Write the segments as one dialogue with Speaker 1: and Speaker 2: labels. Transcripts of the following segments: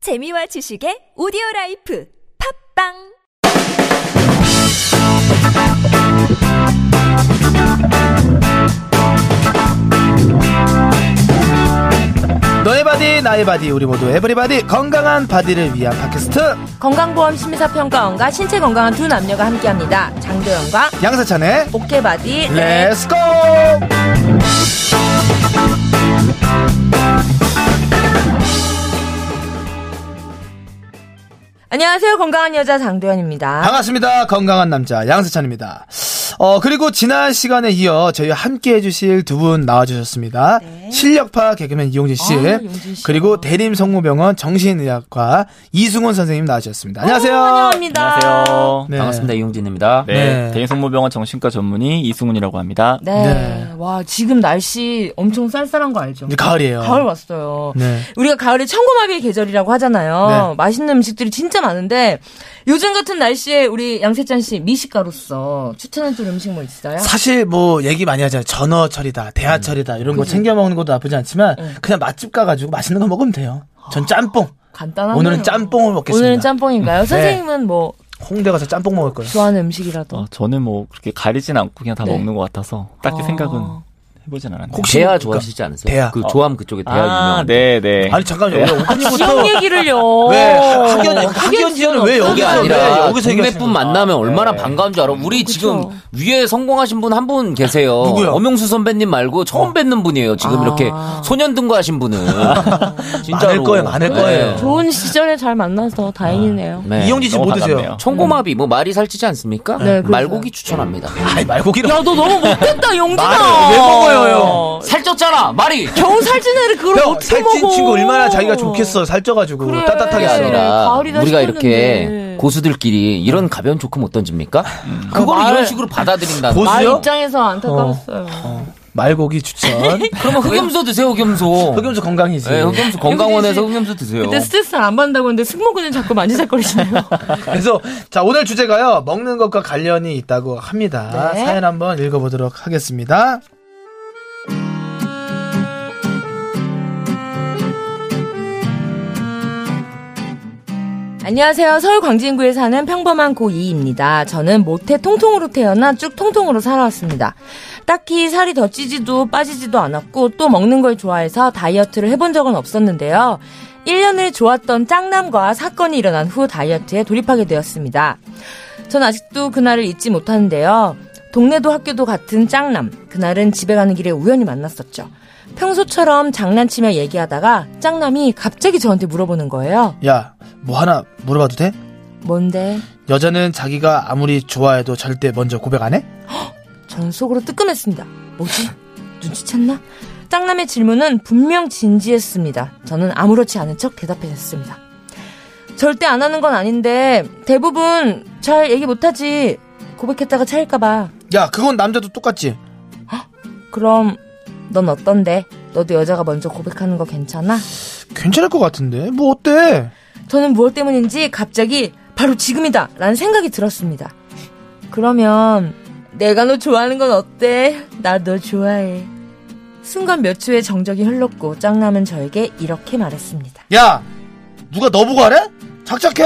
Speaker 1: 재미와 지식의 오디오 라이프 팝빵
Speaker 2: 너의 바디 나의 바디 우리 모두 에브리바디 건강한 바디를 위한 팟캐스트
Speaker 3: 건강보험 심사평가원과 신체 건강한 두 남녀가 함께합니다. 장도연과
Speaker 2: 양세찬의
Speaker 3: 오케바디
Speaker 2: 네.
Speaker 3: 네.
Speaker 2: 렛츠고
Speaker 3: 안녕하세요. 건강한 여자 장도연입니다.
Speaker 2: 아, 반갑습니다 건강한 남자 양세찬입니다 어 그리고 지난 시간에 이어 저희와 함께 해주실 두 분 나와주셨습니다 실력파 개그맨 이용진 씨
Speaker 3: 아, 이용진 씨.
Speaker 2: 그리고 대림성모병원 정신의학과 이승훈 선생님 나와주셨습니다
Speaker 3: 어,
Speaker 2: 안녕하세요
Speaker 3: 환영합니다.
Speaker 4: 안녕하세요.
Speaker 2: 네.
Speaker 4: 반갑습니다. 이용진입니다.
Speaker 2: 네.
Speaker 4: 대인성모병원 정신과 전문의 이승훈이라고 합니다.
Speaker 3: 네.
Speaker 2: 네.
Speaker 3: 와, 지금 날씨 엄청 쌀쌀한 거 알죠?
Speaker 2: 이제 가을이에요
Speaker 3: 가을 왔어요.
Speaker 2: 네.
Speaker 3: 우리가 가을에 청고마비의 계절이라고 하잖아요.
Speaker 2: 네.
Speaker 3: 맛있는 음식들이 진짜 많은데 요즘 같은 날씨에 우리 양세찬 씨 미식가로서 추천해줄 음식 뭐 있어요?
Speaker 2: 사실 뭐 얘기 많이 하잖아요 전어철이다 대하철이다 이런 거 챙겨 먹는 것도 나쁘지 않지만
Speaker 3: 네.
Speaker 2: 그냥 맛집 가가지고 맛있는 거 먹으면 돼요 전 짬뽕
Speaker 3: 아, 간단하네요.
Speaker 2: 오늘은 짬뽕을 먹겠습니다. 음. 네.
Speaker 3: 오늘은 짬뽕인가요? 선생님은 뭐
Speaker 2: 홍대 가서 짬뽕 먹을
Speaker 5: 네.
Speaker 2: 거예요.
Speaker 3: 좋아하는 음식이라도
Speaker 4: 어, 저는 뭐 그렇게 가리진 않고 그냥 다
Speaker 3: 네.
Speaker 4: 먹는 것 같아서 딱히
Speaker 3: 아.
Speaker 4: 생각은 해보진 않았네요.
Speaker 2: 혹시
Speaker 5: 대하
Speaker 2: 그러니까-
Speaker 5: 좋아하시지 않으세요?
Speaker 2: 대하.
Speaker 5: 그 조암 그쪽에 대하
Speaker 4: 아,
Speaker 5: 유명.
Speaker 4: 네, 네.
Speaker 2: 아니 잠깐요. 왜
Speaker 3: 지역
Speaker 2: 오프닝부터
Speaker 3: 얘기를요.
Speaker 2: 왜 학연 학연 지원을 왜
Speaker 3: 없다.
Speaker 2: 네, 여기서
Speaker 5: 이게
Speaker 2: 왜
Speaker 5: 아니라
Speaker 2: 여기서 얘기하시는 네.
Speaker 5: 국내뿐
Speaker 2: 거야?
Speaker 5: 만나면 얼마나 반가운 줄 알아. 우리
Speaker 3: 그쵸.
Speaker 5: 지금 위에 성공하신 분 한 분 계세요.
Speaker 2: 누구요?
Speaker 5: 엄영수 선배님 말고 처음 뵙는 분이에요. 지금
Speaker 3: 아.
Speaker 5: 이렇게 소년등과 하신 분은 진짜로
Speaker 2: 많을 거예요, 많을 거예요.
Speaker 3: 좋은 시절에 잘 만나서 다행이네요.
Speaker 5: 네.
Speaker 2: 이용진 씨
Speaker 4: 너무
Speaker 2: 뭐 드세요?
Speaker 4: 반갑네요.
Speaker 5: 청고마비 뭐 말이 살찌지 않습니까?
Speaker 3: 네, 그래서요.
Speaker 5: 말고기 추천합니다.
Speaker 2: 아니 말고기로.
Speaker 3: 야, 너 너무 못됐다, 용진아.
Speaker 2: 말을 왜 먹어요,
Speaker 5: 살쪘잖아 말이.
Speaker 3: 겨우 살찐 애를 그걸
Speaker 2: 야,
Speaker 3: 어떻게
Speaker 2: 살찐
Speaker 3: 먹어?
Speaker 2: 친구 얼마나 자기가 좋겠어 살쪄가지고
Speaker 3: 그래.
Speaker 2: 따뜻하게
Speaker 5: 그게
Speaker 3: 네,
Speaker 5: 아니라
Speaker 3: 가을이다
Speaker 5: 우리가
Speaker 3: 싶었는데.
Speaker 5: 이렇게 고수들끼리 이런 가벼운 조크 못 던집니까? 그걸 이런 식으로 받아들인다.
Speaker 2: 고수-
Speaker 3: 나
Speaker 2: 보세요?
Speaker 3: 입장에서 안타까웠어요.
Speaker 2: 말고기 추천.
Speaker 3: 네.
Speaker 5: 그러면 흑염소 드세요 흑염소.
Speaker 2: 흑염소 건강이지.
Speaker 5: 네, 흑염소 건강원에서 흑염소 드세요.
Speaker 2: 어.
Speaker 3: 그때 스트레스를 안 받는다고 했는데 승모근을 자꾸 만지작거리잖아요.
Speaker 2: 그래서 자 오늘 주제가요 먹는 것과 관련이 있다고 합니다.
Speaker 3: 네.
Speaker 2: 사연 한번 읽어보도록 하겠습니다.
Speaker 3: 안녕하세요. 서울 광진구에 사는 평범한 고2입니다. 저는 모태 통통으로 태어나 쭉 통통으로 살아왔습니다. 딱히 살이 더 찌지도 빠지지도 않았고 또 먹는 걸 좋아해서 다이어트를 해본 적은 없었는데요. 1년을 좋았던 짱남과 사건이 일어난 후 다이어트에 돌입하게 되었습니다. 전 아직도 그날을 잊지 못하는데요. 동네도 학교도 같은 짱남. 그날은 집에 가는 길에 우연히 만났었죠. 평소처럼 장난치며 얘기하다가 짱남이 갑자기 저한테 물어보는 거예요.
Speaker 2: 야 뭐 하나 물어봐도 돼?
Speaker 3: 뭔데?
Speaker 2: 여자는 자기가 아무리 좋아해도 절대 먼저 고백 안 해?
Speaker 3: 전 속으로 뜨끔했습니다. 뭐지? 눈치챘나? 짱남의 질문은 분명 진지했습니다. 저는 아무렇지 않은 척 대답했습니다. 절대 안 하는 건 아닌데 대부분 잘 얘기 못하지 고백했다가 차일까봐
Speaker 2: 야 그건 남자도 똑같지.
Speaker 3: 그럼 넌 어떤데? 너도 여자가 먼저 고백하는 거 괜찮아?
Speaker 2: 괜찮을 것 같은데 뭐 어때?
Speaker 3: 저는 무엇 때문인지 갑자기 바로 지금이다 라는 생각이 들었습니다. 그러면 내가 너 좋아하는 건 어때? 나 너 좋아해. 순간 몇 초의 정적이 흘렀고 짱남은 저에게 이렇게 말했습니다.
Speaker 2: 야 누가 너 보고 하래? 작작해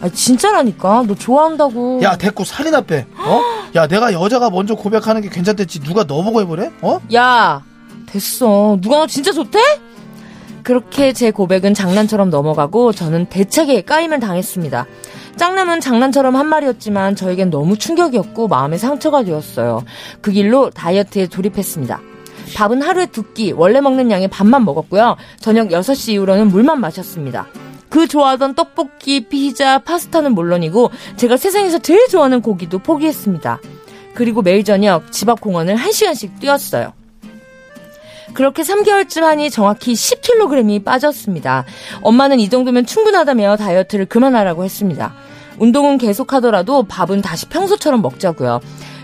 Speaker 3: 아 진짜라니까 너 좋아한다고.
Speaker 2: 야 됐고 살이나 빼 어? 야 내가 여자가 먼저 고백하는 게 괜찮댔지 누가 너 보고 해보래? 어?
Speaker 3: 야, 됐어. 누가 너 진짜 좋대? 그렇게 제 고백은 장난처럼 넘어가고 저는 대차게 까임을 당했습니다. 짱남은 장난처럼 한 말이었지만 저에겐 너무 충격이었고 마음의 상처가 되었어요. 그 길로 다이어트에 돌입했습니다. 밥은 하루에 두 끼, 원래 먹는 양의 밥만 먹었고요. 저녁 6시 이후로는 물만 마셨습니다. 그 좋아하던 떡볶이, 피자, 파스타는 물론이고 제가 세상에서 제일 좋아하는 고기도 포기했습니다. 그리고 매일 저녁 집 앞 공원을 1시간씩 뛰었어요. 그렇게 3개월쯤 하니 정확히 10kg이 빠졌습니다. 엄마는 이 정도면 충분하다며 다이어트를 그만하라고 했습니다. 운동은 계속하더라도 밥은 다시 평소처럼 먹자고요.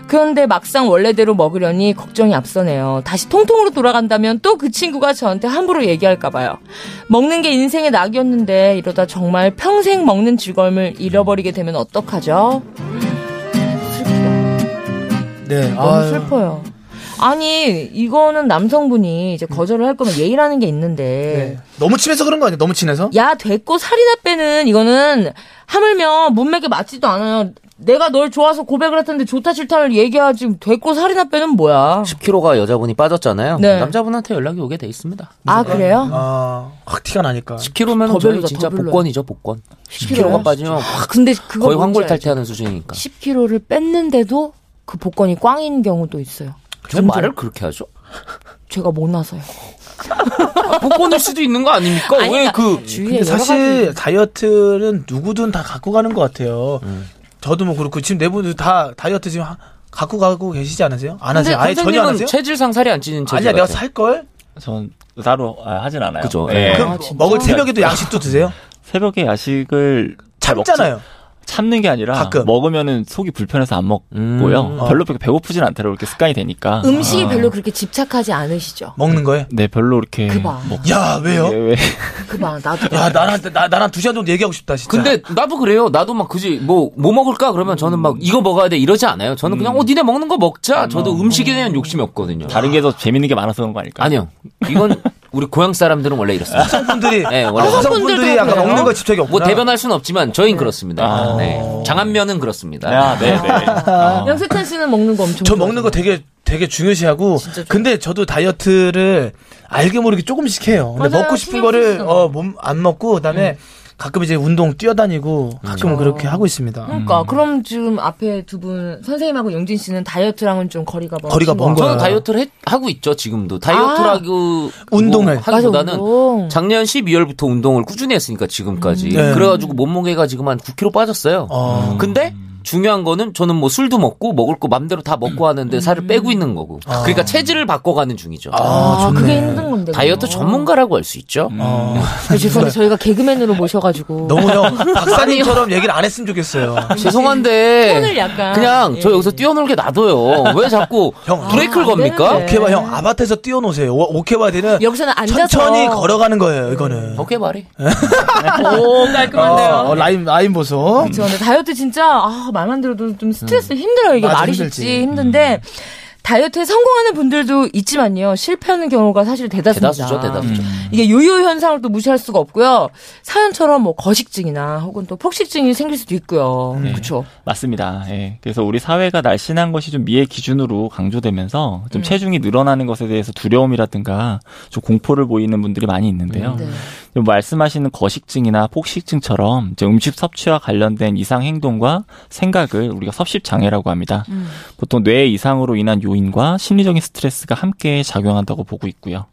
Speaker 3: 그런데 막상 원래대로 먹으려니 걱정이 앞서네요. 다시 통통으로 돌아간다면 또 그 친구가 저한테 함부로 얘기할까봐요. 먹는 게 인생의 낙이었는데 이러다 정말 평생 먹는 즐거움을 잃어버리게 되면 어떡하죠?
Speaker 2: 네
Speaker 3: 너무
Speaker 2: 아유,
Speaker 3: 슬퍼요. 아니 이거는 남성분이
Speaker 5: 음.
Speaker 3: 이제 거절을 할 거면 예의라는 게 있는데
Speaker 2: 네. 너무 친해서 그런 거 아니야? 너무 친해서?
Speaker 5: 네.
Speaker 3: 야 됐고 살이나 빼는 이거는 하물며 문맥에 맞지도 않아요. 내가 널 좋아서 고백을 했는데 좋다 싫다를 얘기하지 됐고 살이나 빼는 뭐야?
Speaker 5: 10kg가 여자분이 빠졌잖아요.
Speaker 3: 네.
Speaker 5: 남자분한테 연락이 오게 돼 있습니다.
Speaker 3: 아 그래요?
Speaker 2: 아, 확 티가 나니까.
Speaker 5: 10kg면 저희
Speaker 3: 별로다,
Speaker 5: 진짜
Speaker 3: 더 별로야.
Speaker 5: 복권이죠 복권. 10kg가 빠지면 확
Speaker 3: 아, 근데 그거
Speaker 5: 거의
Speaker 3: 뭔지
Speaker 5: 황골
Speaker 3: 알죠?
Speaker 5: 탈퇴하는 수준이니까.
Speaker 3: 10kg를 뺐는데도 그 복권이 꽝인 경우도 있어요.
Speaker 5: 왜 말을 그렇게 하죠?
Speaker 3: 제가 못 나서요.
Speaker 5: 복권일 수도 있는 거 아닙니까?
Speaker 3: 아니,
Speaker 5: 왜 그
Speaker 3: 주위에
Speaker 2: 근데
Speaker 3: 예, 여러
Speaker 2: 사실 다이어트는 누구든 다 갖고 가는 것 같아요.
Speaker 4: 음.
Speaker 2: 저도 뭐 그렇고 지금 네 분들 다 다이어트 지금 하- 갖고 가고 계시지 않으세요? 안 하세요? 아예 전혀 안
Speaker 5: 선생님은
Speaker 2: 하세요?
Speaker 5: 체질상 살이 안 찌는 체질
Speaker 2: 아니야 내가
Speaker 4: 네.
Speaker 5: 같아요.
Speaker 2: 살 걸?
Speaker 4: 전 따로 아, 하진 않아요.
Speaker 5: 그죠.
Speaker 4: 예.
Speaker 5: 예.
Speaker 2: 그럼
Speaker 3: 아, 진짜?
Speaker 2: 먹을 새벽에도 양식도 드세요?
Speaker 4: 새벽에 야식을 아, 잘 먹지-
Speaker 2: 참잖아요.
Speaker 4: 참는 게 아니라
Speaker 2: 가끔.
Speaker 4: 먹으면은 속이 불편해서 안 먹고요.
Speaker 5: 음.
Speaker 4: 별로 그렇게 배고프진 않더라고 이렇게 습관이 되니까.
Speaker 3: 음식이
Speaker 4: 아.
Speaker 3: 별로 그렇게 집착하지 않으시죠?
Speaker 2: 먹는 거에.
Speaker 4: 네 별로 이렇게
Speaker 5: 음,
Speaker 3: 그봐.
Speaker 4: 먹-
Speaker 2: 야 왜요?
Speaker 4: 예, 왜?
Speaker 3: 그봐 나도
Speaker 2: 야 나랑 나, 나랑 두 시간 정도 얘기하고 싶다 진짜.
Speaker 5: 근데 나도 그래요. 나도 막 그지 뭐 뭐 먹을까 그러면 저는 막 이거 먹어야 돼 이러지 않아요. 저는 그냥 어 니네 먹는 거 먹자. 저도 음식에 대한 욕심이 없거든요.
Speaker 4: 다른 게 더 재밌는 게 많아서 그런 거 아닐까?
Speaker 5: 아니요. 이건 우리 고향 사람들은 원래 이렇습니다.
Speaker 2: 여성분들이
Speaker 5: 네, 원래
Speaker 2: 여성분들이 약간
Speaker 3: 그래요?
Speaker 2: 먹는 거에 집착이 없구나.
Speaker 5: 뭐 대변할 수는 없지만 저희는 그렇습니다.
Speaker 4: 아.
Speaker 5: 네. 장안면은 그렇습니다.
Speaker 4: 아, 네, 네. 어.
Speaker 3: 양세찬 씨는 먹는 거 엄청
Speaker 2: 저 먹는 거 되게 되게 중요시하고
Speaker 3: 진짜 좋아.
Speaker 2: 근데 저도 다이어트를 알게 모르게 조금씩 해요. 근데
Speaker 3: 맞아요.
Speaker 2: 먹고 싶은
Speaker 3: 신경
Speaker 2: 거를
Speaker 3: 쓰시잖아요.
Speaker 2: 어 몸 안 먹고 그다음에 가끔 이제 운동 뛰어다니고 가끔 은 그렇게 하고 있습니다.
Speaker 3: 그러니까 그럼 지금 앞에 두 분 선생님하고 영진 씨는 다이어트랑은 좀 거리가 먼
Speaker 2: 거리가 먼
Speaker 5: 저는
Speaker 2: 거야.
Speaker 5: 다이어트를 해- 하고 있죠 지금도 다이어트라고
Speaker 2: 아, 운동을.
Speaker 5: 뭐 하기보다는
Speaker 3: 맞아, 운동.
Speaker 5: 작년 12월부터 운동을 꾸준히 했으니까 지금까지
Speaker 2: 네.
Speaker 5: 그래가지고 몸무게가 지금 한 9kg 빠졌어요.
Speaker 2: 어.
Speaker 5: 근데 중요한 거는 저는 뭐 술도 먹고 먹을 거 맘대로 다 먹고 하는데
Speaker 3: 음.
Speaker 5: 살을 빼고 있는 거고
Speaker 2: 아.
Speaker 5: 그러니까 체질을 바꿔가는 중이죠.
Speaker 3: 아, 그게 힘든 건데.
Speaker 5: 다이어트
Speaker 3: 그거.
Speaker 5: 전문가라고 할 수 있죠.
Speaker 2: 어.
Speaker 3: 아, 죄송한데 저희가 개그맨으로 모셔가지고
Speaker 2: 너무 형 박사님처럼 얘기를 안 했으면 좋겠어요.
Speaker 5: 아, 죄송한데
Speaker 3: 톤을 약간
Speaker 5: 그냥
Speaker 3: 예.
Speaker 5: 저 여기서 뛰어놀게 놔둬요. 왜 자꾸
Speaker 2: 형,
Speaker 5: 브레이크를
Speaker 3: 아, 안
Speaker 5: 겁니까?
Speaker 3: 되는데.
Speaker 2: 오케바 형 아바타에서 뛰어노세요. 오- 오케바디는
Speaker 3: 여기서는 앉아서 네.
Speaker 2: 천천히 걸어가는 거예요. 이거는.
Speaker 5: 오케이 말해.
Speaker 3: 오 깔끔한데요.
Speaker 2: 어, 어, 라인 라인 보소.
Speaker 3: 그렇죠. 근데 다이어트 진짜 아, 말만 들어도 좀 스트레스 힘들어요. 이게
Speaker 2: 맞아,
Speaker 3: 말이
Speaker 2: 힘들지.
Speaker 3: 쉽지 힘든데 다이어트에 성공하는 분들도 있지만요. 실패하는 경우가 사실 대다수입니다. 음.
Speaker 5: 대다수죠, 대다수죠.
Speaker 3: 이게 요요 현상을 또 무시할 수가 없고요. 사연처럼 뭐 거식증이나 혹은 또 폭식증이 생길 수도 있고요. 그렇죠.
Speaker 4: 맞습니다. 예. 그래서 우리 사회가 날씬한 것이 좀 미의 기준으로 강조되면서 좀 체중이 늘어나는 것에 대해서 두려움이라든가 좀 공포를 보이는 분들이 많이 있는데요.
Speaker 3: 네.
Speaker 4: 좀 말씀하시는 거식증이나 폭식증처럼 이제 음식 섭취와 관련된 이상 행동과 생각을 우리가 섭식 장애라고 합니다. 보통 뇌 이상으로 인한 요인과 심리적인 스트레스가 함께 작용한다고 보고 있고요.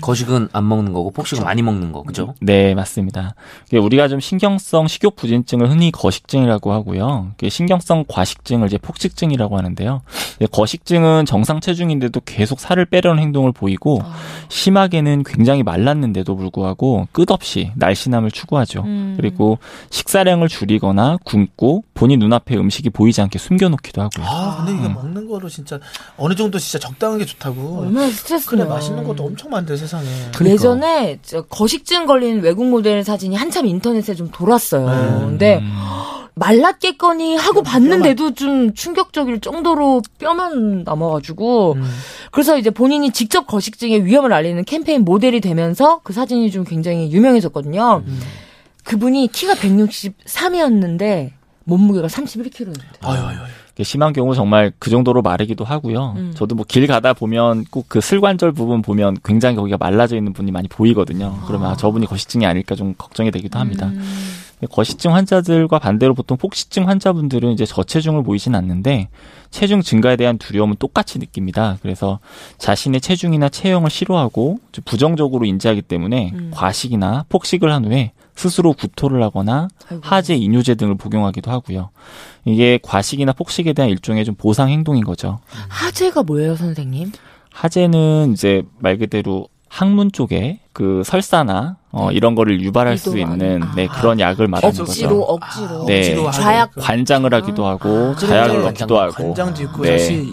Speaker 5: 거식은 안 먹는 거고 폭식은 많이 먹는 거 그죠?
Speaker 4: 네, 맞습니다. 이게 우리가 좀 신경성 식욕 부진증을 흔히 거식증이라고 하고요. 이게 신경성 과식증을 이제 폭식증이라고 하는데요. 이제 거식증은 정상 체중인데도 계속 살을 빼려는 행동을 보이고 심하게는 굉장히 말랐는데도 불구하고 끝없이 날씬함을 추구하죠.
Speaker 3: 음.
Speaker 4: 그리고 식사량을 줄이거나 굶고 본인 눈앞에 음식이 보이지 않게 숨겨놓기도 하고요.
Speaker 2: 아, 근데 이게 먹는 거로 진짜 어느 정도 진짜 적당한 게 좋다고.
Speaker 3: 음, 얼마나 스트레스
Speaker 2: 그래, 맛있는 것도 엄청 많대, 세상에.
Speaker 3: 예전에 저 거식증 걸린 외국 모델 사진이 한참 인터넷에 좀 돌았어요.
Speaker 2: 네.
Speaker 3: 근데 말랐겠거니 하고 봤는데도 좀 충격적일 정도로 뼈만 남아가지고 그래서 이제 본인이 직접 거식증의 위험을 알리는 캠페인 모델이 되면서 그 사진이 좀 굉장히 유명해졌거든요. 그분이 키가 163이었는데 몸무게가 31kg였는데.
Speaker 2: 아유, 아유, 아유.
Speaker 4: 이게 심한 경우 정말 그 정도로 마르기도 하고요. 저도 뭐 길 가다 보면 꼭 그 슬관절 부분 보면 굉장히 거기가 말라져 있는 분이 많이 보이거든요. 그러면 아, 저분이 거시증이 아닐까 좀 걱정이 되기도 합니다.
Speaker 3: 음.
Speaker 4: 근데 거시증 환자들과 반대로 보통 폭시증 환자분들은 이제 저체중을 보이진 않는데 체중 증가에 대한 두려움은 똑같이 느낍니다. 그래서 자신의 체중이나 체형을 싫어하고 좀 부정적으로 인지하기 때문에 과식이나 폭식을 한 후에 스스로 구토를 하거나
Speaker 3: 아이고.
Speaker 4: 하재, 이뇨제 등을 복용하기도 하고요. 이게 과식이나 폭식에 대한 일종의 좀 보상 행동인 거죠.
Speaker 3: 하재가 뭐예요, 선생님?
Speaker 4: 하재는 이제 말 그대로 항문 쪽에 그 설사나 어, 이런 거를 유발할 수
Speaker 3: 네. 이동하는-
Speaker 4: 있는
Speaker 3: 아.
Speaker 4: 네, 그런 약을 말하는
Speaker 3: 억지로 아.
Speaker 4: 거죠.
Speaker 3: 억지로
Speaker 4: 네.
Speaker 2: 아, 억지로 하는
Speaker 3: 좌약
Speaker 2: 거.
Speaker 4: 관장을 하기도 하고 자약을
Speaker 2: 그런데
Speaker 4: 넣기도 아, 하고
Speaker 2: 관장도 있고
Speaker 4: 네.
Speaker 2: 사실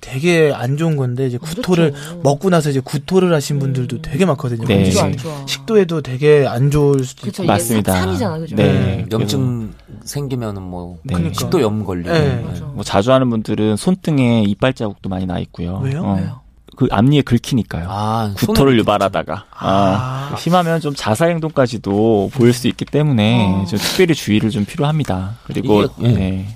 Speaker 2: 되게 안 좋은 건데 이제 구토를
Speaker 3: 그렇죠.
Speaker 2: 먹고 나서 이제 구토를 하신 분들도 되게 많거든요.
Speaker 4: 네.
Speaker 2: 그래서
Speaker 3: 안 좋아.
Speaker 2: 식도에도 되게 안 좋을 수도 있고.
Speaker 3: 그렇죠.
Speaker 4: 맞습니다.
Speaker 3: 이게 산이잖아, 그죠?
Speaker 4: 네.
Speaker 5: 음, 염증 생기면은 뭐
Speaker 4: 네.
Speaker 2: 그러니까.
Speaker 5: 식도염 걸리고
Speaker 2: 네.
Speaker 5: 네.
Speaker 3: 맞아.
Speaker 4: 뭐 자주 하는 분들은 손등에 이빨 자국도 많이 나 있고요.
Speaker 2: 왜요?
Speaker 4: 어.
Speaker 2: 왜요?
Speaker 4: 그 앞니에 긁히니까요.
Speaker 5: 아,
Speaker 4: 구토를 유발하다가 아,
Speaker 2: 아.
Speaker 4: 심하면 좀 자살 행동까지도 보일 수 있기 때문에
Speaker 3: 어.
Speaker 4: 좀 특별히 주의를 좀 필요합니다. 그리고
Speaker 5: 이게-
Speaker 4: 네.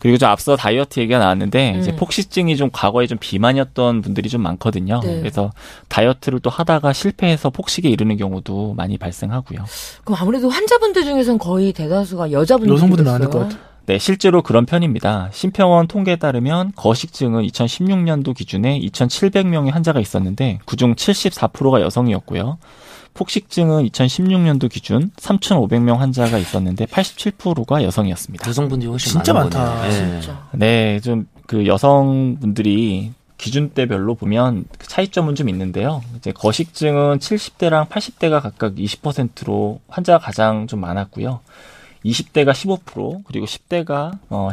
Speaker 4: 그리고 좀 앞서 다이어트 얘기가 나왔는데 이제
Speaker 3: 음.
Speaker 4: 폭식증이 좀 과거에 좀 비만이었던 분들이 좀 많거든요.
Speaker 3: 네.
Speaker 4: 그래서 다이어트를 또 하다가 실패해서 폭식에 이르는 경우도 많이 발생하고요.
Speaker 3: 그럼 아무래도 환자분들 중에서는 거의 대다수가 여자분들.
Speaker 2: 여성분들 많을 것 같아요.
Speaker 4: 네, 실제로 그런 편입니다. 심평원 통계에 따르면 거식증은 2016년도 기준에 2,700명의 환자가 있었는데 그중 74%가 여성이었고요. 폭식증은 2016년도 기준 3,500명 환자가 있었는데 87%가 여성이었습니다.
Speaker 5: 여성분들이 훨씬
Speaker 2: 진짜
Speaker 5: 많은
Speaker 2: 많다.
Speaker 5: 거네요. 예.
Speaker 3: 진짜.
Speaker 4: 네, 좀 그 여성분들이 기준대별로 보면 그 차이점은 좀 있는데요. 이제 거식증은 70대랑 80대가 각각 20%로 환자가 가장 좀 많았고요. 20대가 15% 그리고 10대가 어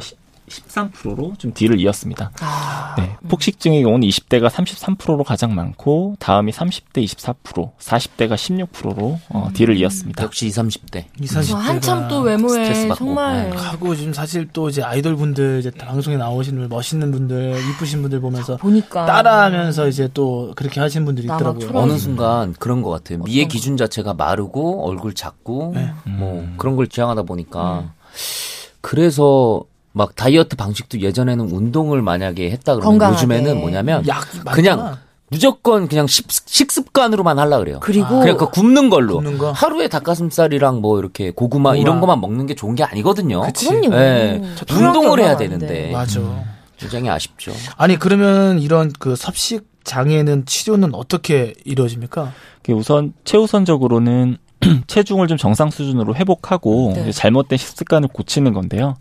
Speaker 4: 13%로 좀 뒤를 이었습니다.
Speaker 3: 아,
Speaker 4: 네, 폭식증의 경우는 20대가 33%로 가장 많고 다음이 30대 24%, 40대가 16%로 어, 뒤를 이었습니다.
Speaker 5: 역시 20, 30대.
Speaker 2: 20, 30대가
Speaker 3: 뭐 한참 또 외모에
Speaker 5: 스트레스 받고.
Speaker 3: 정말.
Speaker 5: 네.
Speaker 2: 하고 지금 사실 또 이제 아이돌 분들 이제 방송에 나오시는 분, 멋있는 분들, 이쁘신 분들 보면서
Speaker 3: 보니까.
Speaker 2: 따라하면서 이제 또 그렇게 하신 분들이
Speaker 3: 나만
Speaker 2: 있더라고요.
Speaker 3: 아. 초라해.
Speaker 5: 어느 순간 그런 것 같아요. 미의 기준 자체가 마르고 얼굴 작고 뭐 그런 걸 지향하다 보니까 그래서 막 다이어트 방식도 예전에는 운동을 만약에 했다 그러면
Speaker 3: 건강하게.
Speaker 5: 요즘에는 뭐냐면
Speaker 2: 약
Speaker 5: 그냥
Speaker 2: 맞잖아.
Speaker 5: 무조건 그냥 식, 식습관으로만 하려 그래요.
Speaker 3: 그리고 아,
Speaker 5: 그냥 그 굽는 걸로
Speaker 2: 굽는 거?
Speaker 5: 하루에 닭가슴살이랑 뭐 이렇게 고구마 이런 것만 먹는 게 좋은 게 아니거든요.
Speaker 3: 그럼요.
Speaker 5: 예. 운동을 해야
Speaker 4: 네.
Speaker 5: 되는데
Speaker 2: 맞아.
Speaker 4: 음.
Speaker 5: 굉장히 아쉽죠.
Speaker 2: 아니 그러면 이런 그 섭식 장애는 치료는 어떻게 이루어집니까?
Speaker 4: 이게 우선 최우선적으로는 체중을 좀 정상 수준으로 회복하고
Speaker 3: 네.
Speaker 4: 이제 잘못된 식습관을 고치는 건데요.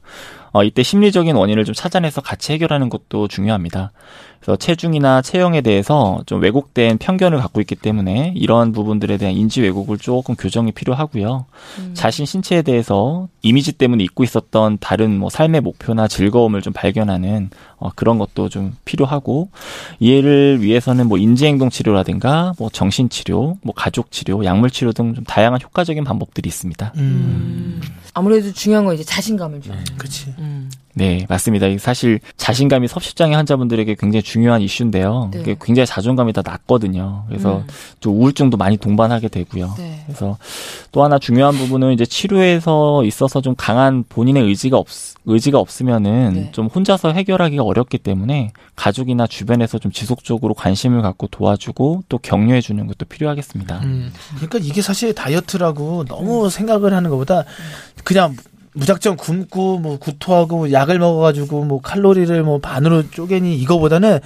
Speaker 4: 어, 이때 심리적인 원인을 좀 찾아내서 같이 해결하는 것도 중요합니다. 그래서 체중이나 체형에 대해서 좀 왜곡된 편견을 갖고 있기 때문에 이러한 부분들에 대한 인지 왜곡을 조금 교정이 필요하고요. 자신 신체에 대해서 이미지 때문에 잊고 있었던 다른 뭐 삶의 목표나 즐거움을 좀 발견하는 어, 그런 것도 좀 필요하고 이해를 위해서는 뭐 인지행동 치료라든가 뭐 정신 치료, 뭐 가족 치료, 약물 치료 등 좀 다양한 효과적인 방법들이 있습니다.
Speaker 2: 음,
Speaker 3: 아무래도 중요한 건 이제 자신감을 주는.
Speaker 2: 그렇지.
Speaker 3: 음.
Speaker 4: 네, 맞습니다. 이게 사실 자신감이 섭식장애 환자분들에게 굉장히 중요한 이슈인데요.
Speaker 3: 네.
Speaker 4: 이게 굉장히 자존감이 다 낮거든요. 그래서
Speaker 3: 음.
Speaker 4: 좀 우울증도 많이 동반하게 되고요.
Speaker 3: 네.
Speaker 4: 그래서 또 하나 중요한 부분은 이제 치료에서 있어서 좀 강한 본인의 의지가 없 의지가 없으면은
Speaker 3: 네.
Speaker 4: 좀 혼자서 해결하기가 어렵기 때문에 가족이나 주변에서 좀 지속적으로 관심을 갖고 도와주고 또 격려해 주는 것도 필요하겠습니다.
Speaker 2: 음. 그러니까 이게 사실 다이어트라고 너무 생각을 하는 것보다 그냥 무작정 굶고 뭐 구토하고 약을 먹어가지고 뭐 칼로리를 뭐 반으로 쪼개니 이거보다는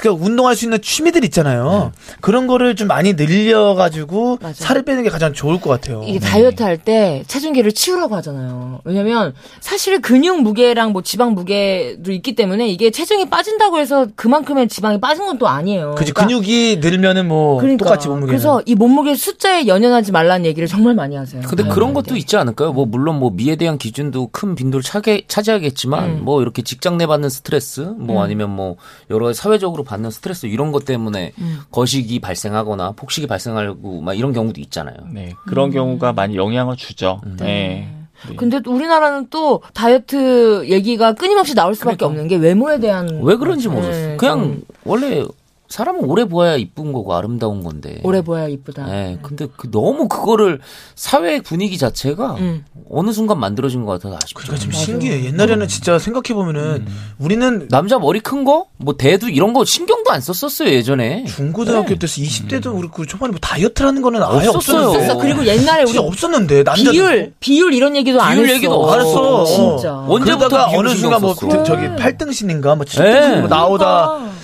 Speaker 2: 그러니까 운동할 수 있는 취미들 있잖아요. 그런 거를 좀 많이 늘려가지고
Speaker 3: 네. 맞아요.
Speaker 2: 살을 빼는 게 가장 좋을 것 같아요.
Speaker 3: 이게 다이어트 할 때 체중계를 치우라고 하잖아요. 왜냐면 사실 근육 무게랑 뭐 지방 무게도 있기 때문에 이게 체중이 빠진다고 해서 그만큼의 지방이 빠진 건 또 아니에요.
Speaker 2: 그지
Speaker 3: 그러니까
Speaker 2: 근육이 늘면은 뭐
Speaker 3: 그러니까.
Speaker 2: 똑같이 몸무게는
Speaker 3: 그래서 이 몸무게 숫자에 연연하지 말라는 얘기를 정말 많이 하세요. 네.
Speaker 5: 근데 그런 것도 있지 않을까요? 뭐 물론 뭐 미에 대한 기준도 큰 빈도를 차게, 차지하겠지만 뭐 이렇게 직장 내 받는 스트레스, 뭐 아니면 뭐 여러 가지 사회적으로 받는 스트레스 이런 것 때문에 거식이 발생하거나 폭식이 발생하고 막 이런 경우도 있잖아요.
Speaker 4: 네, 그런 경우가 많이 영향을 주죠.
Speaker 2: 음.
Speaker 4: 네. 네.
Speaker 3: 근데 또 우리나라는 또 다이어트 얘기가 끊임없이 나올 수밖에 없는 게 외모에 대한
Speaker 5: 왜 그런지 모르겠어요.
Speaker 3: 네,
Speaker 5: 그냥
Speaker 3: 좀
Speaker 5: 원래 사람은 오래 보아야 이쁜 거고 아름다운 건데.
Speaker 3: 오래 보여 야 이쁘다.
Speaker 5: 예, 근데 그 너무 그거를 사회 분위기 자체가
Speaker 3: 음.
Speaker 5: 어느 순간 만들어진 것 같아서 아쉽죠.
Speaker 2: 그러니까 좀 신기해. 옛날에는 진짜 생각해 보면은
Speaker 3: 음.
Speaker 2: 우리는
Speaker 5: 남자 머리 큰 거, 뭐 대두 이런 거 신경도 안 썼었어요
Speaker 3: 네.
Speaker 5: 예전에.
Speaker 2: 중고등학교 때서 20대도 그렇고 초반에 뭐 다이어트라는 거는 아예 없었어요.
Speaker 5: 없었어요.
Speaker 3: 없었어. 그리고 옛날에 우리
Speaker 2: 진짜 없었는데 남자
Speaker 3: 비율 비율 이런 얘기도 안
Speaker 5: 비율
Speaker 3: 했어.
Speaker 5: 얘기도 없어.
Speaker 2: 알았어.
Speaker 3: 진짜.
Speaker 5: 어. 언제부터
Speaker 2: 그러다가
Speaker 5: 비율
Speaker 2: 어느
Speaker 5: 신경
Speaker 2: 순간 뭐
Speaker 5: 썼어?
Speaker 2: 등- 저기 팔등신인가 뭐
Speaker 5: 예.
Speaker 2: 칠등신 뭐
Speaker 3: 아.
Speaker 2: 나오다
Speaker 3: 그러니까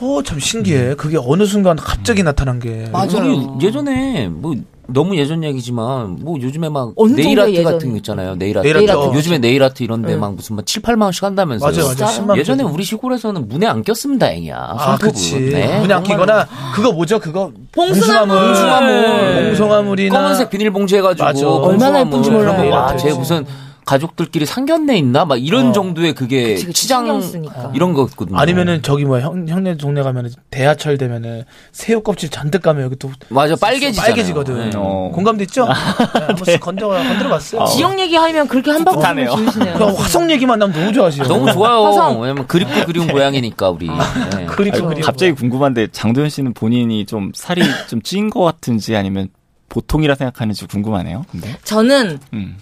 Speaker 2: 어 참 신기해 그게 어느 순간 갑자기 나타난 게
Speaker 3: 맞아요.
Speaker 5: 우리 예전에 뭐 너무 예전 얘기지만 뭐 요즘에 막
Speaker 3: 어느 정도의
Speaker 5: 네일 아트
Speaker 3: 예전?
Speaker 5: 같은 거 있잖아요. 네일 아트.
Speaker 2: 네일
Speaker 3: 아트.
Speaker 5: 요즘에 네일 아트 이런 데 막 무슨 막 7, 8만 원씩 한다면서요.
Speaker 2: 맞아요 맞아요
Speaker 3: 진짜요?
Speaker 2: 10만 원
Speaker 5: 예전에 우리 시골에서는 문에 안 꼈으면 다행이야.
Speaker 2: 아
Speaker 5: 손톱은.
Speaker 2: 그치
Speaker 5: 네,
Speaker 2: 문이 안
Speaker 5: 정말로.
Speaker 2: 끼거나 그거 뭐죠 그거
Speaker 3: 봉숭아물.
Speaker 2: 봉숭아물 봉숭아물이나
Speaker 5: 검은색 비닐봉지 해가지고
Speaker 2: 맞아.
Speaker 5: 봉숭아물
Speaker 3: 얼마나 예쁜지
Speaker 5: 그런 거
Speaker 3: 몰라요.
Speaker 5: 와,
Speaker 2: 네일 아트.
Speaker 5: 쟤 무슨 가족들끼리 상견례 있나 막 이런
Speaker 2: 어.
Speaker 5: 정도의 그게
Speaker 3: 그치, 그치. 신경
Speaker 5: 치장
Speaker 3: 쓰니까.
Speaker 5: 이런 거거든요. 네.
Speaker 2: 아니면은 저기 뭐 형, 형네 동네 가면은 대하철 되면은 새우 껍질 잔뜩 까면 여기 또
Speaker 5: 맞아 빨개지잖아요.
Speaker 2: 빨개지거든.
Speaker 5: 네.
Speaker 4: 어.
Speaker 2: 공감도 있죠? 네, 한 번씩 건드려 건드려 봤어요.
Speaker 3: 지역 얘기하면 그렇게 한 바퀴
Speaker 4: 뿌듯하네요.
Speaker 3: 주시네요.
Speaker 2: 그 화성 얘기만 나면 너무 좋아하시죠.
Speaker 5: 너무 좋아요.
Speaker 3: 화성.
Speaker 5: 왜냐면 그립고 그리운 고향이니까 우리. 네.
Speaker 2: 그리고
Speaker 4: 아이고,
Speaker 2: 그리고
Speaker 4: 갑자기 궁금한데 장도연 씨는 본인이 좀 살이 좀 찐 것 같은지 아니면 보통이라 생각하는지 궁금하네요. 근데
Speaker 3: 저는
Speaker 4: 음.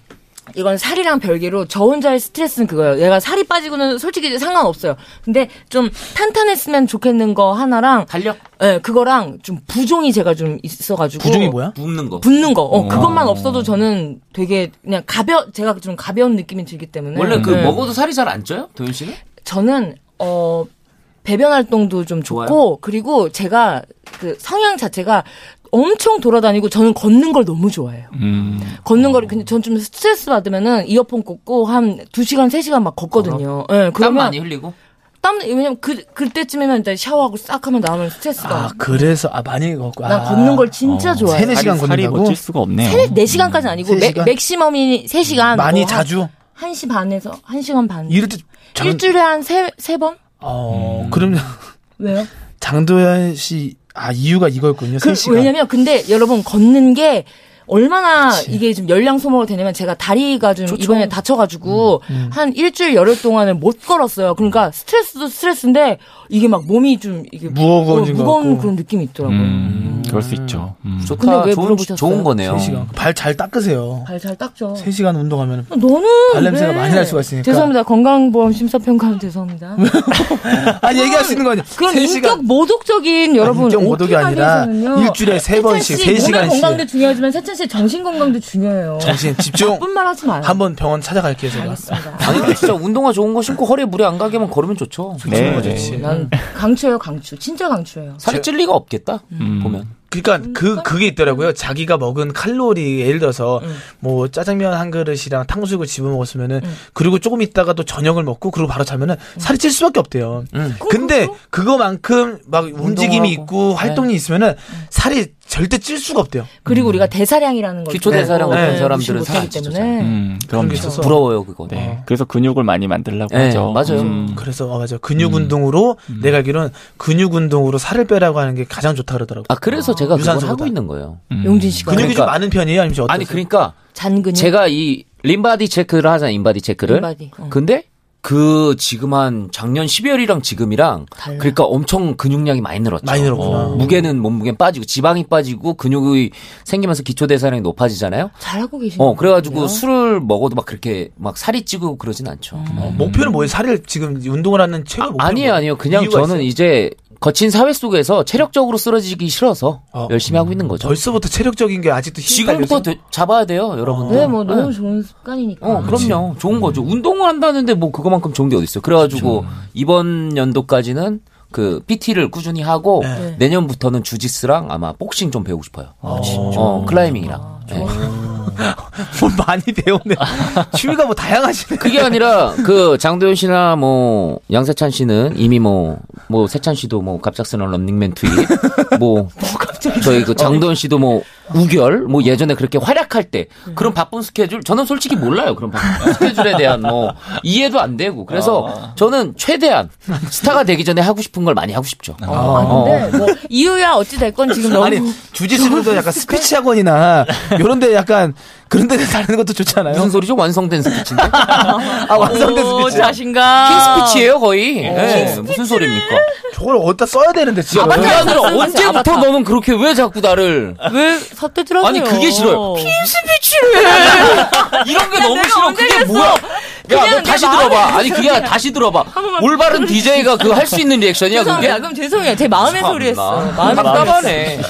Speaker 3: 이건 살이랑 별개로 저 혼자의 스트레스는 그거예요. 얘가 살이 빠지고는 솔직히 이제 상관없어요. 근데 좀 탄탄했으면 좋겠는 거 하나랑
Speaker 5: 달력
Speaker 3: 예, 그거랑 좀 부종이 제가 좀 있어가지고
Speaker 2: 부종이 뭐야?
Speaker 5: 붓는 거.
Speaker 3: 붙는 거. 어, 그것만 없어도 저는 되게 그냥 가벼 제가 좀 가벼운 느낌이 들기 때문에
Speaker 5: 원래 그
Speaker 3: 예.
Speaker 5: 먹어도 살이 잘 안 쪄요? 도현 씨는?
Speaker 3: 저는 어 배변 활동도 좀 좋고
Speaker 5: 좋아요.
Speaker 3: 그리고 제가 그 성향 자체가 엄청 돌아다니고 저는 걷는 걸 너무 좋아해요.
Speaker 4: 음.
Speaker 3: 걷는 거를 근데 전 좀 스트레스 받으면은 이어폰 꽂고 한 2시간 3시간 막 걷거든요. 예.
Speaker 5: 땀
Speaker 3: 그러면
Speaker 5: 많이 흘리고.
Speaker 3: 땀 왜냐면 그 그때쯤이면 일단 샤워하고 싹 하면 나오면 스트레스가
Speaker 2: 아 그래서 아 많이 걷고
Speaker 3: 난
Speaker 2: 아.
Speaker 3: 걷는 걸 진짜
Speaker 4: 어,
Speaker 3: 좋아해요.
Speaker 2: 세네- 시간
Speaker 4: 살이, 살이
Speaker 2: 걷는다고?
Speaker 4: 멋질 수가 없네요.
Speaker 3: 4시간까지 아니고
Speaker 2: 세
Speaker 3: 맥-
Speaker 2: 시간?
Speaker 3: 맥시멈이 3시간 어,
Speaker 2: 많이 자주
Speaker 3: 1시 반에서 1시간 반.
Speaker 2: 이럴 때 장,
Speaker 3: 일주일에 한 세 세 번?
Speaker 2: 어 그럼
Speaker 3: 왜요?
Speaker 2: 장도연 씨 아 이유가 이거였군요.
Speaker 3: 그,
Speaker 2: 세 시간.
Speaker 3: 왜냐면 근데 여러분 걷는 게 얼마나 이게 좀 열량 소모가 되냐면 제가 다리가 좀 이번에 다쳐가지고
Speaker 2: 음,
Speaker 3: 한 일주일 열흘 동안을 못 걸었어요. 그러니까 스트레스도 스트레스인데 이게 막 몸이 좀 이게
Speaker 2: 무거워진
Speaker 3: 어,
Speaker 2: 것
Speaker 3: 무거운
Speaker 2: 같고.
Speaker 3: 그런 느낌이 있더라고요.
Speaker 4: 음, 그럴 수 있죠. 음.
Speaker 3: 근데
Speaker 5: 좋다.
Speaker 3: 왜
Speaker 5: 좋은,
Speaker 3: 물어보셨어요?
Speaker 5: 좋은 거네요.
Speaker 2: 세 시간. 발 잘 닦으세요.
Speaker 3: 발 잘 닦죠.
Speaker 2: 세 시간 운동하면
Speaker 3: 너는
Speaker 2: 발냄새가
Speaker 3: 왜?
Speaker 2: 많이 날 수가 있으니까.
Speaker 3: 죄송합니다. 건강보험 심사평가는 죄송합니다.
Speaker 2: 아 얘기할 수 있는 거 아니야?
Speaker 3: 그런
Speaker 2: 세 시간.
Speaker 3: 인격 모독적인 여러분
Speaker 2: 인격 모독이 아니라
Speaker 3: 오피가게에서는요.
Speaker 2: 일주일에 세
Speaker 3: 세찬
Speaker 2: 번씩,
Speaker 3: 씨
Speaker 2: 세
Speaker 3: 몸의
Speaker 2: 시간씩.
Speaker 3: 건강도 중요하지만 세찬 씨의 정신 건강도 중요해요.
Speaker 2: 정신 집중.
Speaker 3: 뿐만 하지 마요.
Speaker 2: 한번 병원 찾아갈게요 제가.
Speaker 3: 알겠습니다.
Speaker 5: 아니 근데 진짜 운동화 좋은 거 신고 허리에 무리 안 가게만 걸으면 좋죠.
Speaker 4: 네.
Speaker 2: 거죠, 그치.
Speaker 3: 난 강추예요, 강추. 진짜 강추예요.
Speaker 5: 살이 찔 리가 없겠다.
Speaker 3: 음.
Speaker 5: 보면.
Speaker 2: 그러니까 그 그게 있더라고요. 자기가 먹은 칼로리 예를 들어서 뭐 짜장면 한 그릇이랑 탕수육을 집어 먹었으면은 그리고 조금 있다가 또 저녁을 먹고 그리고 바로 자면은 살이 찔 수밖에 없대요.
Speaker 5: 음.
Speaker 2: 근데 그거만큼 막 움직임이
Speaker 5: 하고.
Speaker 2: 있고 네. 음. 활동이 있으면은 살이 절대 찔 수가 없대요.
Speaker 3: 그리고 우리가 대사량이라는 걸
Speaker 5: 음. 기초대사량
Speaker 3: 또
Speaker 2: 어떤
Speaker 5: 사람들은
Speaker 3: 무시
Speaker 5: 잘
Speaker 3: 못하기
Speaker 5: 안 찌죠,
Speaker 3: 때문에
Speaker 4: 음,
Speaker 2: 그런
Speaker 4: 그럼요.
Speaker 2: 게 있어서
Speaker 5: 부러워요 그거.
Speaker 4: 네. 그래서 근육을 많이 만들려고
Speaker 5: 네,
Speaker 4: 하죠. 음,
Speaker 5: 맞아요.
Speaker 2: 그래서 아 맞아
Speaker 5: 음.
Speaker 2: 근육 운동으로 내가 알기로는 근육 운동으로 살을 빼라고 하는 게 가장 좋다 그러더라고.
Speaker 5: 아 그래서 제가 그걸
Speaker 2: 유산소보다.
Speaker 5: 하고 있는 거예요.
Speaker 3: 용진 씨가
Speaker 2: 근육이
Speaker 5: 그러니까-
Speaker 2: 좀 많은 편이에요, 아니면 어떤?
Speaker 5: 아니 그러니까
Speaker 3: 잔근육
Speaker 5: 제가 이 림바디 체크를 하잖아요. 인바디 체크를.
Speaker 3: 인바디, 어.
Speaker 5: 근데 그 지금 한 작년 12월이랑 지금이랑
Speaker 3: 달라.
Speaker 5: 그러니까 엄청 근육량이 많이 늘었죠. 어.
Speaker 2: 많이 늘었구나.
Speaker 5: 무게는 몸무게 빠지고 지방이 빠지고 근육이 생기면서 기초 대사량이 높아지잖아요.
Speaker 3: 잘하고 계시네요.
Speaker 5: 어 그래가지고 술을 먹어도 막 그렇게 막 살이 찌고 그러진 않죠.
Speaker 3: 음.
Speaker 5: 어.
Speaker 2: 목표는 뭐예요? 살을 지금 운동을 하는 최고 목표
Speaker 5: 아니에요, 아니에요. 그냥
Speaker 2: 이유가
Speaker 5: 저는
Speaker 2: 있어요?
Speaker 5: 이제 거친 사회 속에서 체력적으로 쓰러지기 싫어서
Speaker 2: 어.
Speaker 5: 열심히 하고 있는 거죠.
Speaker 2: 벌써부터 체력적인 게 아직도 힘이
Speaker 5: 지금부터
Speaker 2: 딸려서?
Speaker 5: 되- 잡아야 돼요, 여러분들.
Speaker 3: 네, 뭐 너무
Speaker 5: 네.
Speaker 3: 좋은 습관이니까.
Speaker 5: 어, 그럼요. 좋은 거죠. 운동을 한다는데 뭐 그거만큼 좋은 게 어디 있어요. 그래가지고 이번 연도까지는 그 PT를 꾸준히 하고
Speaker 2: 네.
Speaker 5: 내년부터는 주짓수랑 아마 복싱 좀 배우고 싶어요. 어,
Speaker 3: 아,
Speaker 5: 클라이밍이랑. 네.
Speaker 2: 뭘 많이 배우네. 취미가 뭐 다양하시네.
Speaker 5: 그게 아니라 그 장도연 씨나 뭐 양세찬 씨는 이미 뭐 뭐 세찬 씨도 뭐 갑작스러운 런닝맨 투입 뭐 저희 그 장도연 씨도 뭐 우결 뭐 예전에 그렇게 활약할 때 그런 바쁜 스케줄 저는 솔직히 몰라요 그런 바쁜 스케줄에 대한 뭐 이해도 안 되고
Speaker 2: 아.
Speaker 5: 그래서 저는 최대한 스타가 되기 전에 하고 싶은 걸 많이 하고 싶죠.
Speaker 3: 아,
Speaker 5: 어,
Speaker 3: 근데 뭐 이유야 어찌 될 건 지금 너무
Speaker 2: 아니 주짓수도 약간 스피치 학원이나 이런데 약간 그런 데 다니는 것도 좋잖아요.
Speaker 5: 무슨 소리죠? 완성된 스피치인데
Speaker 2: 아 완성된
Speaker 3: 오,
Speaker 2: 스피치.
Speaker 3: 어, 자신감.
Speaker 5: 킹 스피치예요 거의. 예, 무슨 소리입니까?
Speaker 2: 저걸 어디다 써야 되는데 진짜.
Speaker 5: 아니
Speaker 2: 어. 아,
Speaker 5: 하늘 언제부터 너는 그렇게 왜 자꾸 나를
Speaker 3: 왜 삿대질하세요?
Speaker 5: 아니 그게 싫어요. 피스피치를 이런 게 너무 싫어.
Speaker 3: 언제
Speaker 5: 그게
Speaker 3: 그랬어?
Speaker 5: 뭐야? 야,
Speaker 3: 그냥
Speaker 5: 너
Speaker 3: 내
Speaker 5: 다시
Speaker 3: 마음에
Speaker 5: 들어봐. 아니, 그게 아니라 다시 들어봐.
Speaker 3: 번만
Speaker 5: 올바른 DJ가 그 할 수 있는 리액션이야,
Speaker 3: 죄송합니다.
Speaker 5: 그게? 아,
Speaker 3: 그럼 죄송해요. 제 마음의 소리였어. 마음의 소리.
Speaker 5: 답답하네.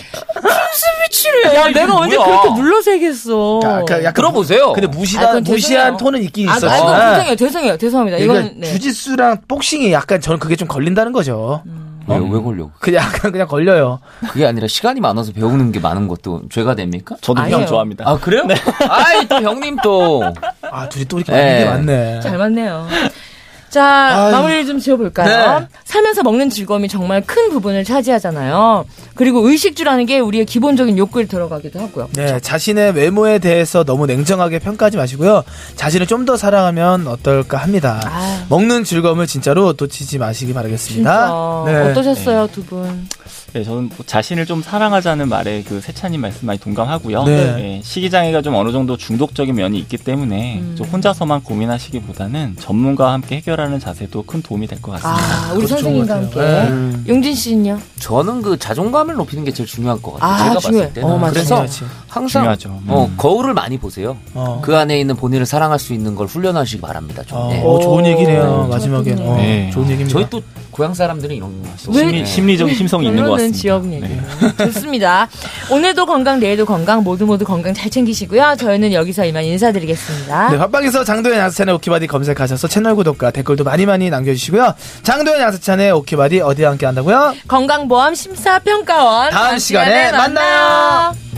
Speaker 3: 스피치를. 야, 내가 언제
Speaker 5: 뭐야?
Speaker 3: 그렇게 눌러서 얘기했어.
Speaker 2: 아, 그 약간 약간
Speaker 5: 들어보세요.
Speaker 2: 근데
Speaker 3: 아,
Speaker 2: 무시한
Speaker 3: 그건 죄송해요.
Speaker 2: 무시한 톤은 있긴
Speaker 3: 아,
Speaker 2: 있었지만.
Speaker 5: 네.
Speaker 3: 아이고, 죄송해요. 죄송해요. 죄송합니다.
Speaker 2: 그러니까
Speaker 3: 이건 네.
Speaker 2: 주짓수랑 복싱이 약간 저는 그게 좀 걸린다는 거죠.
Speaker 3: 음.
Speaker 5: 왜, 왜 걸려?
Speaker 2: 그 약간 그냥 걸려요.
Speaker 5: 뭐, 그게 아니라 시간이 많아서 배우는 게 많은 것도 죄가 됩니까?
Speaker 4: 저도
Speaker 3: 아니에요.
Speaker 4: 그냥 좋아합니다.
Speaker 5: 아, 그래요? 아이, 또 형님 또.
Speaker 2: 아 둘이 또 이렇게
Speaker 5: 예.
Speaker 3: 네.
Speaker 2: 맞는 게 맞네.
Speaker 3: 잘 맞네요. 자,
Speaker 2: 아유.
Speaker 3: 마무리를 좀 지어볼까요?
Speaker 2: 네.
Speaker 3: 살면서 먹는 즐거움이 정말 큰 부분을 차지하잖아요. 그리고 의식주라는 게 우리의 기본적인 욕구에 들어가기도 하고요.
Speaker 2: 네, 자신의 외모에 대해서 너무 냉정하게 평가하지 마시고요. 자신을 좀 더 사랑하면 어떨까 합니다.
Speaker 3: 아.
Speaker 2: 먹는 즐거움을 진짜로 놓치지 마시기 바라겠습니다.
Speaker 3: 진짜 어,
Speaker 2: 네.
Speaker 3: 어떠셨어요, 두 분?
Speaker 4: 네, 저는 뭐 자신을 좀 사랑하자는 말에 그 세찬님 말씀 많이 동감하고요.
Speaker 2: 네.
Speaker 4: 예, 식이장애가 좀 어느 정도 중독적인 면이 있기 때문에 좀 혼자서만 고민하시기보다는 전문가와 함께 해결하는 자세도 큰 도움이 될 것 같습니다.
Speaker 3: 아, 우리
Speaker 2: 그것도 좋은
Speaker 3: 선생님과
Speaker 2: 것
Speaker 3: 함께.
Speaker 2: 같아요. 네.
Speaker 3: 용진 씨는요?
Speaker 5: 저는 그 자존감을 높이는 게 제일 중요할 것 같아요.
Speaker 3: 아,
Speaker 5: 제가
Speaker 3: 중요해.
Speaker 5: 봤을 때는
Speaker 3: 어, 맞아.
Speaker 5: 그래서
Speaker 2: 그렇지.
Speaker 5: 항상
Speaker 4: 중요하죠. 음.
Speaker 5: 어, 거울을 많이 보세요.
Speaker 2: 어.
Speaker 5: 그 안에 있는 본인을 사랑할 수 있는 걸 훈련하시기 바랍니다. 좀.
Speaker 2: 어,
Speaker 5: 네.
Speaker 2: 어, 좋은 얘기네요.
Speaker 3: 오,
Speaker 2: 마지막에
Speaker 3: 좋았군요.
Speaker 2: 어,
Speaker 4: 네.
Speaker 2: 좋은 얘기입니다.
Speaker 5: 저희 또 고향 사람들은 이런 거 네.
Speaker 4: 또 심리, 심리적인 심성이 있는 것
Speaker 3: 결론은
Speaker 4: 같습니다.
Speaker 3: 지역
Speaker 4: 네.
Speaker 3: 얘기. 좋습니다. 오늘도 건강, 내일도 건강, 모두 모두 건강 잘 챙기시고요. 저희는 여기서 이만 인사드리겠습니다.
Speaker 2: 네, 팟빵에서 장도연 야스찬의 오키바디 검색하셔서 채널 구독과 댓글도 많이 많이 남겨주시고요. 장도연 야스찬의 오키바디 어디와 함께 한다고요?
Speaker 3: 건강보험 심사평가원
Speaker 2: 다음 시간에 만나요.